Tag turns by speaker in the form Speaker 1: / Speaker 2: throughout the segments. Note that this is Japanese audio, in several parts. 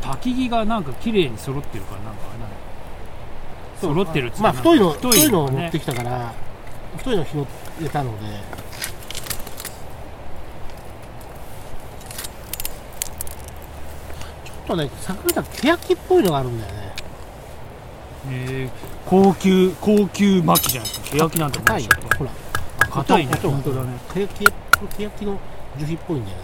Speaker 1: 先木がなんか綺麗に揃ってるからなんかあれなんだ揃ってるっつうか
Speaker 2: まあ
Speaker 1: なんか
Speaker 2: 太いの太
Speaker 1: 太
Speaker 2: い
Speaker 1: い
Speaker 2: の
Speaker 1: の
Speaker 2: を
Speaker 1: がね
Speaker 2: 持ってきたから太いのを拾えたのでちょっとね桜田ケヤキっぽいのがあるんだよね
Speaker 1: えー高級高級巻きじゃないですかケヤキなんて
Speaker 2: 硬い
Speaker 1: もうちょっと
Speaker 2: ほら
Speaker 1: 硬いね
Speaker 2: 硬い
Speaker 1: 本当だね
Speaker 2: ケヤキケヤキの樹皮っぽいんだよね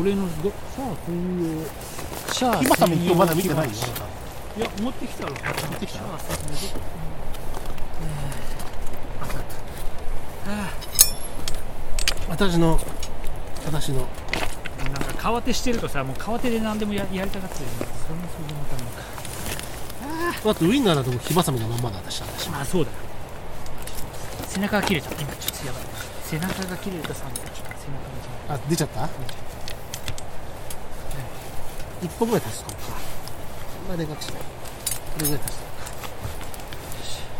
Speaker 1: 俺のどさあ今後シャア
Speaker 2: 今さんもまだ見てないよ
Speaker 1: いや持ってきたろ持
Speaker 2: ってき
Speaker 1: シ
Speaker 2: た
Speaker 1: ャアさんのどこ
Speaker 2: 私の私の
Speaker 1: なんか川手してるとさもう川手で何でもややりたがってるよねそれもそれでまたなんか
Speaker 2: あとウインナーだと火ばさみのまんまだ私は私
Speaker 1: まあそうだ背中が切れちゃった今ちょっとやばい背中が切れたさちょっと背中が切れ
Speaker 2: あ出ちゃった一本ぐらい足すかもまあでかくしないこれぐらい足すか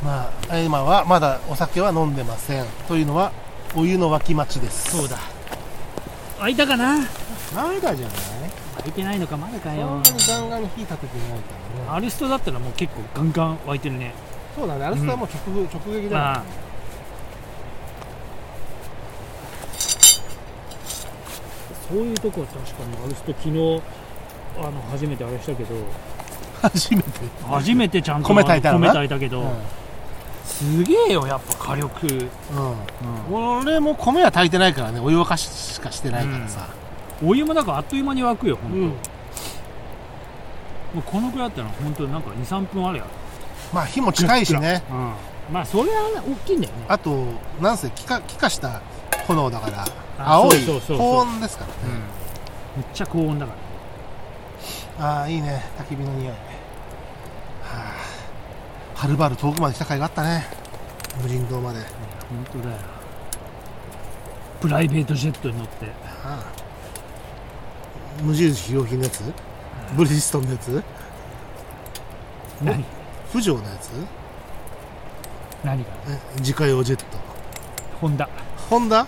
Speaker 2: まあ今はまだお酒は飲んでませんというのはお湯の沸き待ちです
Speaker 1: たそうだ開いたかな
Speaker 2: まだじゃない
Speaker 1: 開いてないのかまだか
Speaker 2: そん
Speaker 1: よ
Speaker 2: なにガンガンに火立ててないからね
Speaker 1: アルストだったらもう結構ガンガン湧いてるね
Speaker 2: そうだねアルスターも直,、直撃だよ
Speaker 1: まあそういうとこは確かにアルスト昨日あの初めてあれしたけど
Speaker 2: 初めて、
Speaker 1: 初めてちゃんと
Speaker 2: 米炊いたのな
Speaker 1: 米炊いたけ
Speaker 2: う
Speaker 1: ど、
Speaker 2: ん
Speaker 1: すげえよやっぱ火力、
Speaker 2: うん、俺も米は炊いてないからねお湯沸かししかしてないからさ、
Speaker 1: お湯もなんかあっという間に沸くよほんと、
Speaker 2: うん
Speaker 1: もうこのくらいだったら本当になんか23分あるや
Speaker 2: まあ火も近いしね
Speaker 1: うんまあそれは大きいんだよね
Speaker 2: あとなんせ気化気化した炎だから
Speaker 1: あ
Speaker 2: 青い
Speaker 1: そうそうそうそう
Speaker 2: 高温ですからね
Speaker 1: めっちゃ高温だから
Speaker 2: ああいいね焚き火の匂いはあはるばる遠くまで来た甲斐があったね無人島まで
Speaker 1: 本当だよプライベートジェットに乗って
Speaker 2: ああ無印良品のやつブリヂストンのやつ
Speaker 1: 何
Speaker 2: 浮上のやつ
Speaker 1: 何が
Speaker 2: え自家用ジェット
Speaker 1: ホンダ
Speaker 2: ホンダ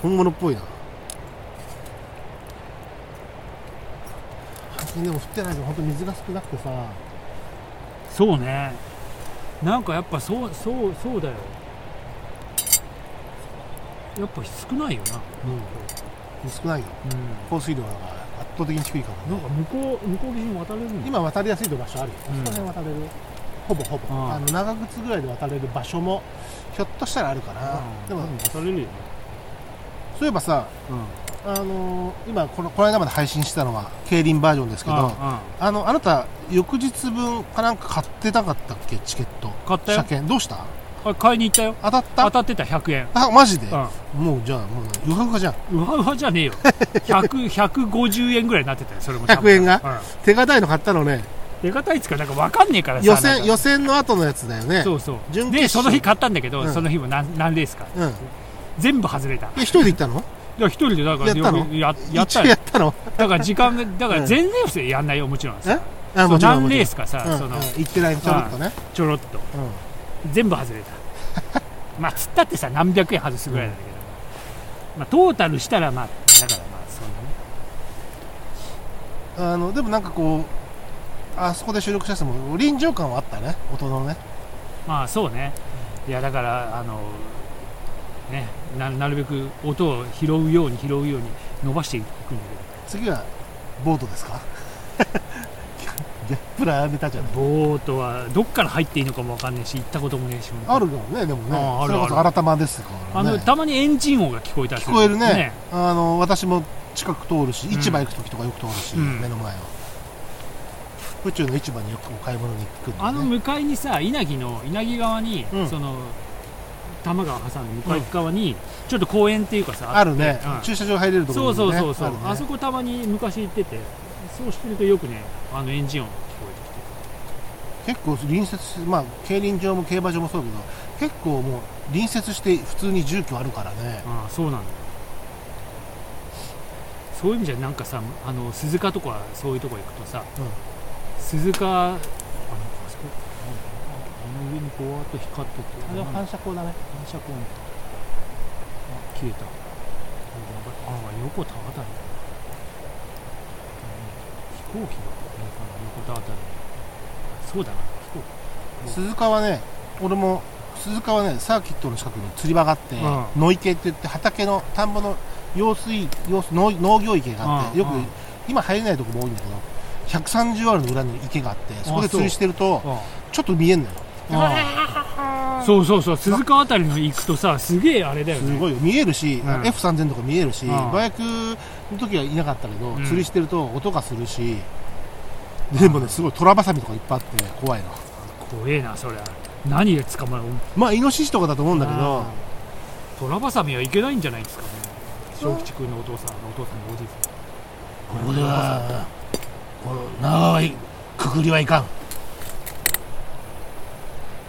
Speaker 2: 本物っぽいな最近でも降ってないけど本当水が少なくてさ
Speaker 1: そうねなんかやっぱそうそうそうだよやっぱ少ないよな、
Speaker 2: 少ないよ降水量が圧倒的に低いから
Speaker 1: な
Speaker 2: ね
Speaker 1: んか向こう向こう岸に渡れるんだ
Speaker 2: 今渡りやすい場所あるよ、
Speaker 1: うん
Speaker 2: そこら辺渡れるほぼほぼ、
Speaker 1: うん
Speaker 2: あの長靴ぐらいで渡れる場所もひょっとしたらあるかな、でも
Speaker 1: 渡れるよね、
Speaker 2: そういえばさ、
Speaker 1: うん、
Speaker 2: あのー今このこの間まで配信してたのは競輪バージョンですけどあ
Speaker 1: あ
Speaker 2: のあなた翌日分かなんか買ってなかったっけチケット
Speaker 1: あ買った
Speaker 2: 車
Speaker 1: よ
Speaker 2: 券どうした
Speaker 1: あれ買いに行ったよ
Speaker 2: 当たった
Speaker 1: 当たってた100円
Speaker 2: あマジで、
Speaker 1: う
Speaker 2: もうじゃあもう余白がじゃん
Speaker 1: んうわうわじゃね えよ100 150円ぐらいになってたよそれも多分
Speaker 2: 100円が
Speaker 1: うん
Speaker 2: 手堅いの買ったのね
Speaker 1: 手堅いっつうかなんか分かんねえからさ
Speaker 2: 予
Speaker 1: なん
Speaker 2: 選
Speaker 1: か
Speaker 2: 予選の後のやつだよね
Speaker 1: そうそう
Speaker 2: 準決勝
Speaker 1: でその日買ったんだけど、
Speaker 2: うん
Speaker 1: その日も何何レースか
Speaker 2: うん
Speaker 1: 全部外れただか
Speaker 2: え一人で行ったの
Speaker 1: ら一人でだから
Speaker 2: やったの
Speaker 1: ややっ
Speaker 2: 一
Speaker 1: た
Speaker 2: 応
Speaker 1: よ
Speaker 2: やったの
Speaker 1: だから時間がだか
Speaker 2: うん
Speaker 1: ら全然不正やんないよもちろん
Speaker 2: え
Speaker 1: さ
Speaker 2: あ
Speaker 1: そう
Speaker 2: もちろん
Speaker 1: 何
Speaker 2: もち
Speaker 1: レ
Speaker 2: ろ
Speaker 1: ー
Speaker 2: ん
Speaker 1: スかさ、
Speaker 2: うん
Speaker 1: その
Speaker 2: うん行ってないちょろっとね、
Speaker 1: ちょろっと
Speaker 2: うん
Speaker 1: 全部外れた まあつったってさ何百円外すぐらいなんだ けど、まあ、トータルしたらまあだからまあそんなね
Speaker 2: あのでもなんかこうあそこで収録した人も臨場感はあったね大人のね
Speaker 1: まあそうね、いやだから、あのね、ななるべく音を拾うように、拾うように伸ばしていくんだ
Speaker 2: 次はボートですかギャップラーネタじゃない
Speaker 1: けど、ボートはどっから入っていいのかも分かんないし、行ったこともねえし、
Speaker 2: あるけどねでもね
Speaker 1: ああ
Speaker 2: そ
Speaker 1: る
Speaker 2: れこそ
Speaker 1: ある
Speaker 2: 新玉ですから
Speaker 1: あ
Speaker 2: ね
Speaker 1: のたまにエンジン音が聞こえたりす
Speaker 2: 聞こえるね
Speaker 1: ね
Speaker 2: あの私も近く通るし
Speaker 1: ん
Speaker 2: 市場行く時とかよく通るし、
Speaker 1: うん
Speaker 2: 目の前を宇宙の市場によくお買い物に行くんで、ね、
Speaker 1: あの向かいにさ、稲城の稲城側に、
Speaker 2: うん
Speaker 1: その多摩川挟んで向かい側に、ちょっと公園っていうかさ、
Speaker 2: あるね、
Speaker 1: うん
Speaker 2: 駐車場入れるとこ
Speaker 1: そう
Speaker 2: ろに、ね、
Speaker 1: そうそうそう、あ
Speaker 2: ある
Speaker 1: そ
Speaker 2: ね
Speaker 1: こたまに昔行ってて、そうしてるとよくね、あのエンジン音が聞こえてきて。
Speaker 2: 結構隣接まあ競輪場も競馬場もそうだけど結構もう隣接して普通に住居あるからね
Speaker 1: ああそうなんだそういう意味じゃなんかさあの鈴鹿とかそういうとこ行くとさ、
Speaker 2: うん
Speaker 1: 鈴鹿あのあそこの上にぼわっと光ってて
Speaker 2: あれは
Speaker 1: 反
Speaker 2: 反射光だね
Speaker 1: 射光みたいなあ消えたあやばいあ横田あたりだ、うん飛行機が見えたな横田あたりそうだな飛行機
Speaker 2: 鈴鹿はね俺も鈴鹿はねサーキットの近くに釣り場があって
Speaker 1: う
Speaker 2: 野池って言って畑の田んぼの用水用水農農業池があって
Speaker 1: うん
Speaker 2: よく
Speaker 1: うん
Speaker 2: 今入れないとこも多いんだけど130あるの裏に池があってそこ
Speaker 1: あそう
Speaker 2: で釣りしてると
Speaker 1: あ
Speaker 2: ちょっと見えんのよ
Speaker 1: あそうそうそう鈴鹿あたりの行くとさすげえあれだよ
Speaker 2: す
Speaker 1: ね
Speaker 2: ごいよ見えるし、
Speaker 1: うん
Speaker 2: F3000 とか見えるし、
Speaker 1: うん
Speaker 2: バイクの時はいなかったけど、
Speaker 1: うん
Speaker 2: 釣りしてると音がするしでもねすごいトラバサミとかいっぱいあって怖いな
Speaker 1: 怖えなそりゃ何で捕まる
Speaker 2: まあイノシシとかだと思うんだけど
Speaker 1: トラバサミはいけないんじゃないですかね小吉君のお父さんのお父さんのおじいさ
Speaker 2: これはこの長いくくりはいかん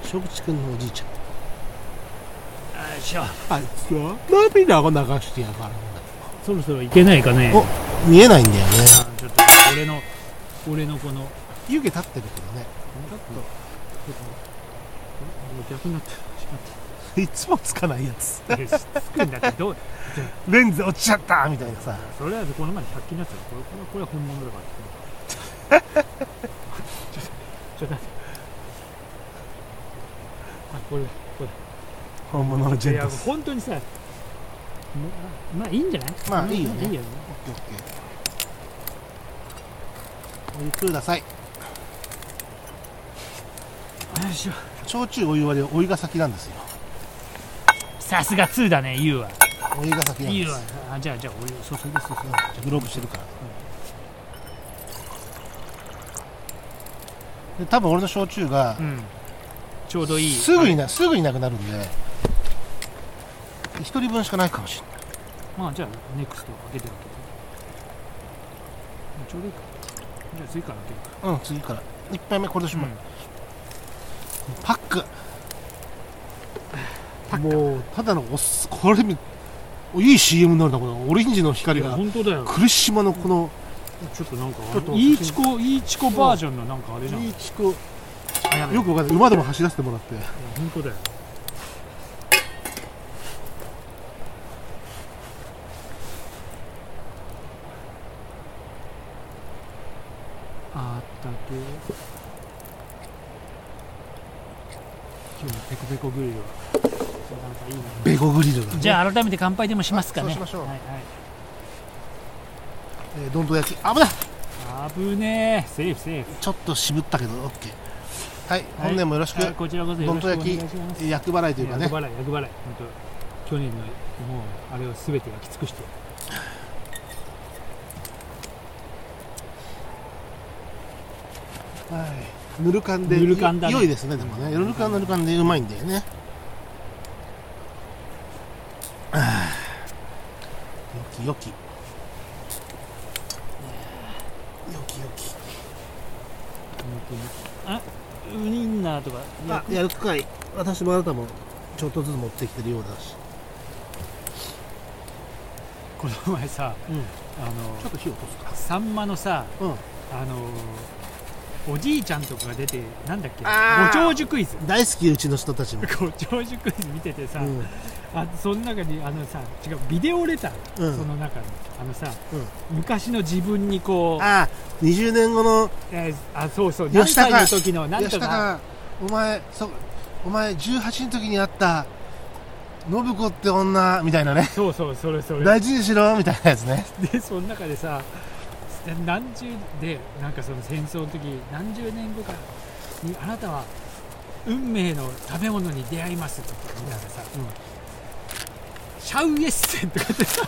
Speaker 2: 小吉君のおじいちゃん
Speaker 1: んあしゃ
Speaker 2: あいつは涙を流してやがるん
Speaker 1: そろそろいけないかね
Speaker 2: おだ見えないんだよね
Speaker 1: あちょっと俺の俺のこの
Speaker 2: 湯気立ってるけどね
Speaker 1: ちょっとちょっと逆になってしまっ
Speaker 2: いつもつかないやつ
Speaker 1: たえつくんだってどう
Speaker 2: レンズ落ちちゃったみたいなさ
Speaker 1: それはこの前の100均のやつだよこれこれこれは本物だからちょっとちょっと待ってあこれ
Speaker 2: 本物のジ
Speaker 1: い
Speaker 2: ェン
Speaker 1: や
Speaker 2: トス
Speaker 1: 本当にさもうまあいいんじゃない
Speaker 2: まあいいよね
Speaker 1: いいよね
Speaker 2: オッケーオッケーお湯ください
Speaker 1: よいしょ
Speaker 2: 焼酎お湯割りはお湯が先なんですよ
Speaker 1: さすが2だね言うわ
Speaker 2: お湯が先なんです
Speaker 1: 言うわあじゃあじゃあお湯注ぐ注ぐ
Speaker 2: グローブしてるから、で多分俺の焼酎が
Speaker 1: うんちょうどいい
Speaker 2: すぐになすぐになくなるんで一人分しかないかもしれない
Speaker 1: まあじゃあネクスト開けて開けてちょうどいいかじゃあ次から開けるか
Speaker 2: うん次から1杯目これでしまう、
Speaker 1: うん
Speaker 2: パックもうただのおっすこれみいい CM になるなこのオレンジの光
Speaker 1: いや
Speaker 2: が
Speaker 1: 本当だよ
Speaker 2: 苦し島のこの
Speaker 1: ちょっとなんか
Speaker 2: ちょっと
Speaker 1: いいチコいいチコバージョンのなんかあれじゃん
Speaker 2: いい地区
Speaker 1: あやべ
Speaker 2: よくわかんない馬でも走らせてもらって
Speaker 1: 本当だよあったけ今日のペコペコグリルはなんかいいな
Speaker 2: ベゴグリルが、ね、
Speaker 1: じゃあ改めて乾杯でもしますかね
Speaker 2: そうしましょう
Speaker 1: はい
Speaker 2: えーどんどん焼き危ない
Speaker 1: はい、危ねえセーフセーフ
Speaker 2: ちょっと渋ったけどオッケーはい、本年もよろしく、
Speaker 1: はいこちらこそよろしくお願いします
Speaker 2: 厄払いというかね
Speaker 1: 厄払い厄払い本当去年のもうあれを全て焼き尽くして
Speaker 2: はいぬる感で
Speaker 1: ぬる燗だね
Speaker 2: 良いですねでもねぬる感ぬる感でうまいんだよねあーよきよきよきよき
Speaker 1: 本当にあウインナーとか
Speaker 2: あやるかい私もあなたもちょっとずつ持ってきてるようだし
Speaker 1: この前さ、
Speaker 2: うん
Speaker 1: あ
Speaker 2: ちょっ
Speaker 1: の
Speaker 2: と火を落とすか
Speaker 1: さんまのさ、
Speaker 2: うん
Speaker 1: あのおじいちゃんとかが出てなんだっけ
Speaker 2: あ
Speaker 1: ご
Speaker 2: ー
Speaker 1: 長寿クイズ
Speaker 2: 大好きうちの人たちも、
Speaker 1: ご長寿クイズ見ててさ、
Speaker 2: うん
Speaker 1: あその中にあのさ違うビデオレター、
Speaker 2: う
Speaker 1: そ
Speaker 2: ん、
Speaker 1: の中にあのさ、昔の自分にこう
Speaker 2: ああ20年後の
Speaker 1: えーあそうそう何
Speaker 2: 吉
Speaker 1: 歳
Speaker 2: 高
Speaker 1: の時のなん
Speaker 2: 吉
Speaker 1: とか
Speaker 2: 高お前そうお前18の時に会った信子って女みたいなね
Speaker 1: そうそうそれそれ
Speaker 2: 大事にしろみたいなやつね
Speaker 1: で その中でさ何十でなんかその戦争の時何十年後かにあなたは運命の食べ物に出会いますとかみたいなさ、シャウエッセンとかってさ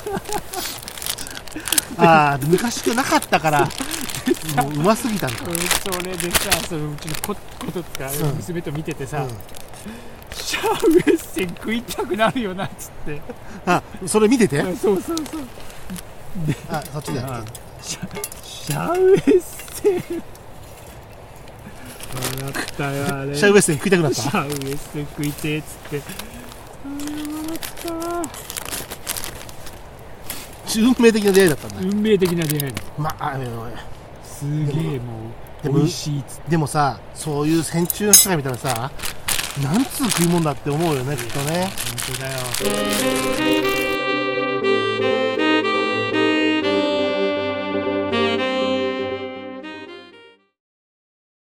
Speaker 2: ああ昔ってなかった からもううますぎたのか
Speaker 1: それでさそのうちのこことか
Speaker 2: うん
Speaker 1: 娘と見ててさ、
Speaker 2: うん
Speaker 1: シャウエッセン食いたくなるよなっつって
Speaker 2: あそれ見てて
Speaker 1: そうそうそう
Speaker 2: あそっちでやって
Speaker 1: シャウエッセン笑ったよあれ
Speaker 2: シャウエッセン食いたくな った
Speaker 1: シャウエッセン食いてえっつってあー笑っ
Speaker 2: 運命的な出会いだったん
Speaker 1: た
Speaker 2: だ
Speaker 1: 運命的な出会いだ
Speaker 2: まああの
Speaker 1: すげえもう
Speaker 2: で
Speaker 1: 美
Speaker 2: も
Speaker 1: 味しいっつって
Speaker 2: でもさそういう戦中の人が見たらさなんつう食い物だって思うよねきっとね
Speaker 1: 本当だよ。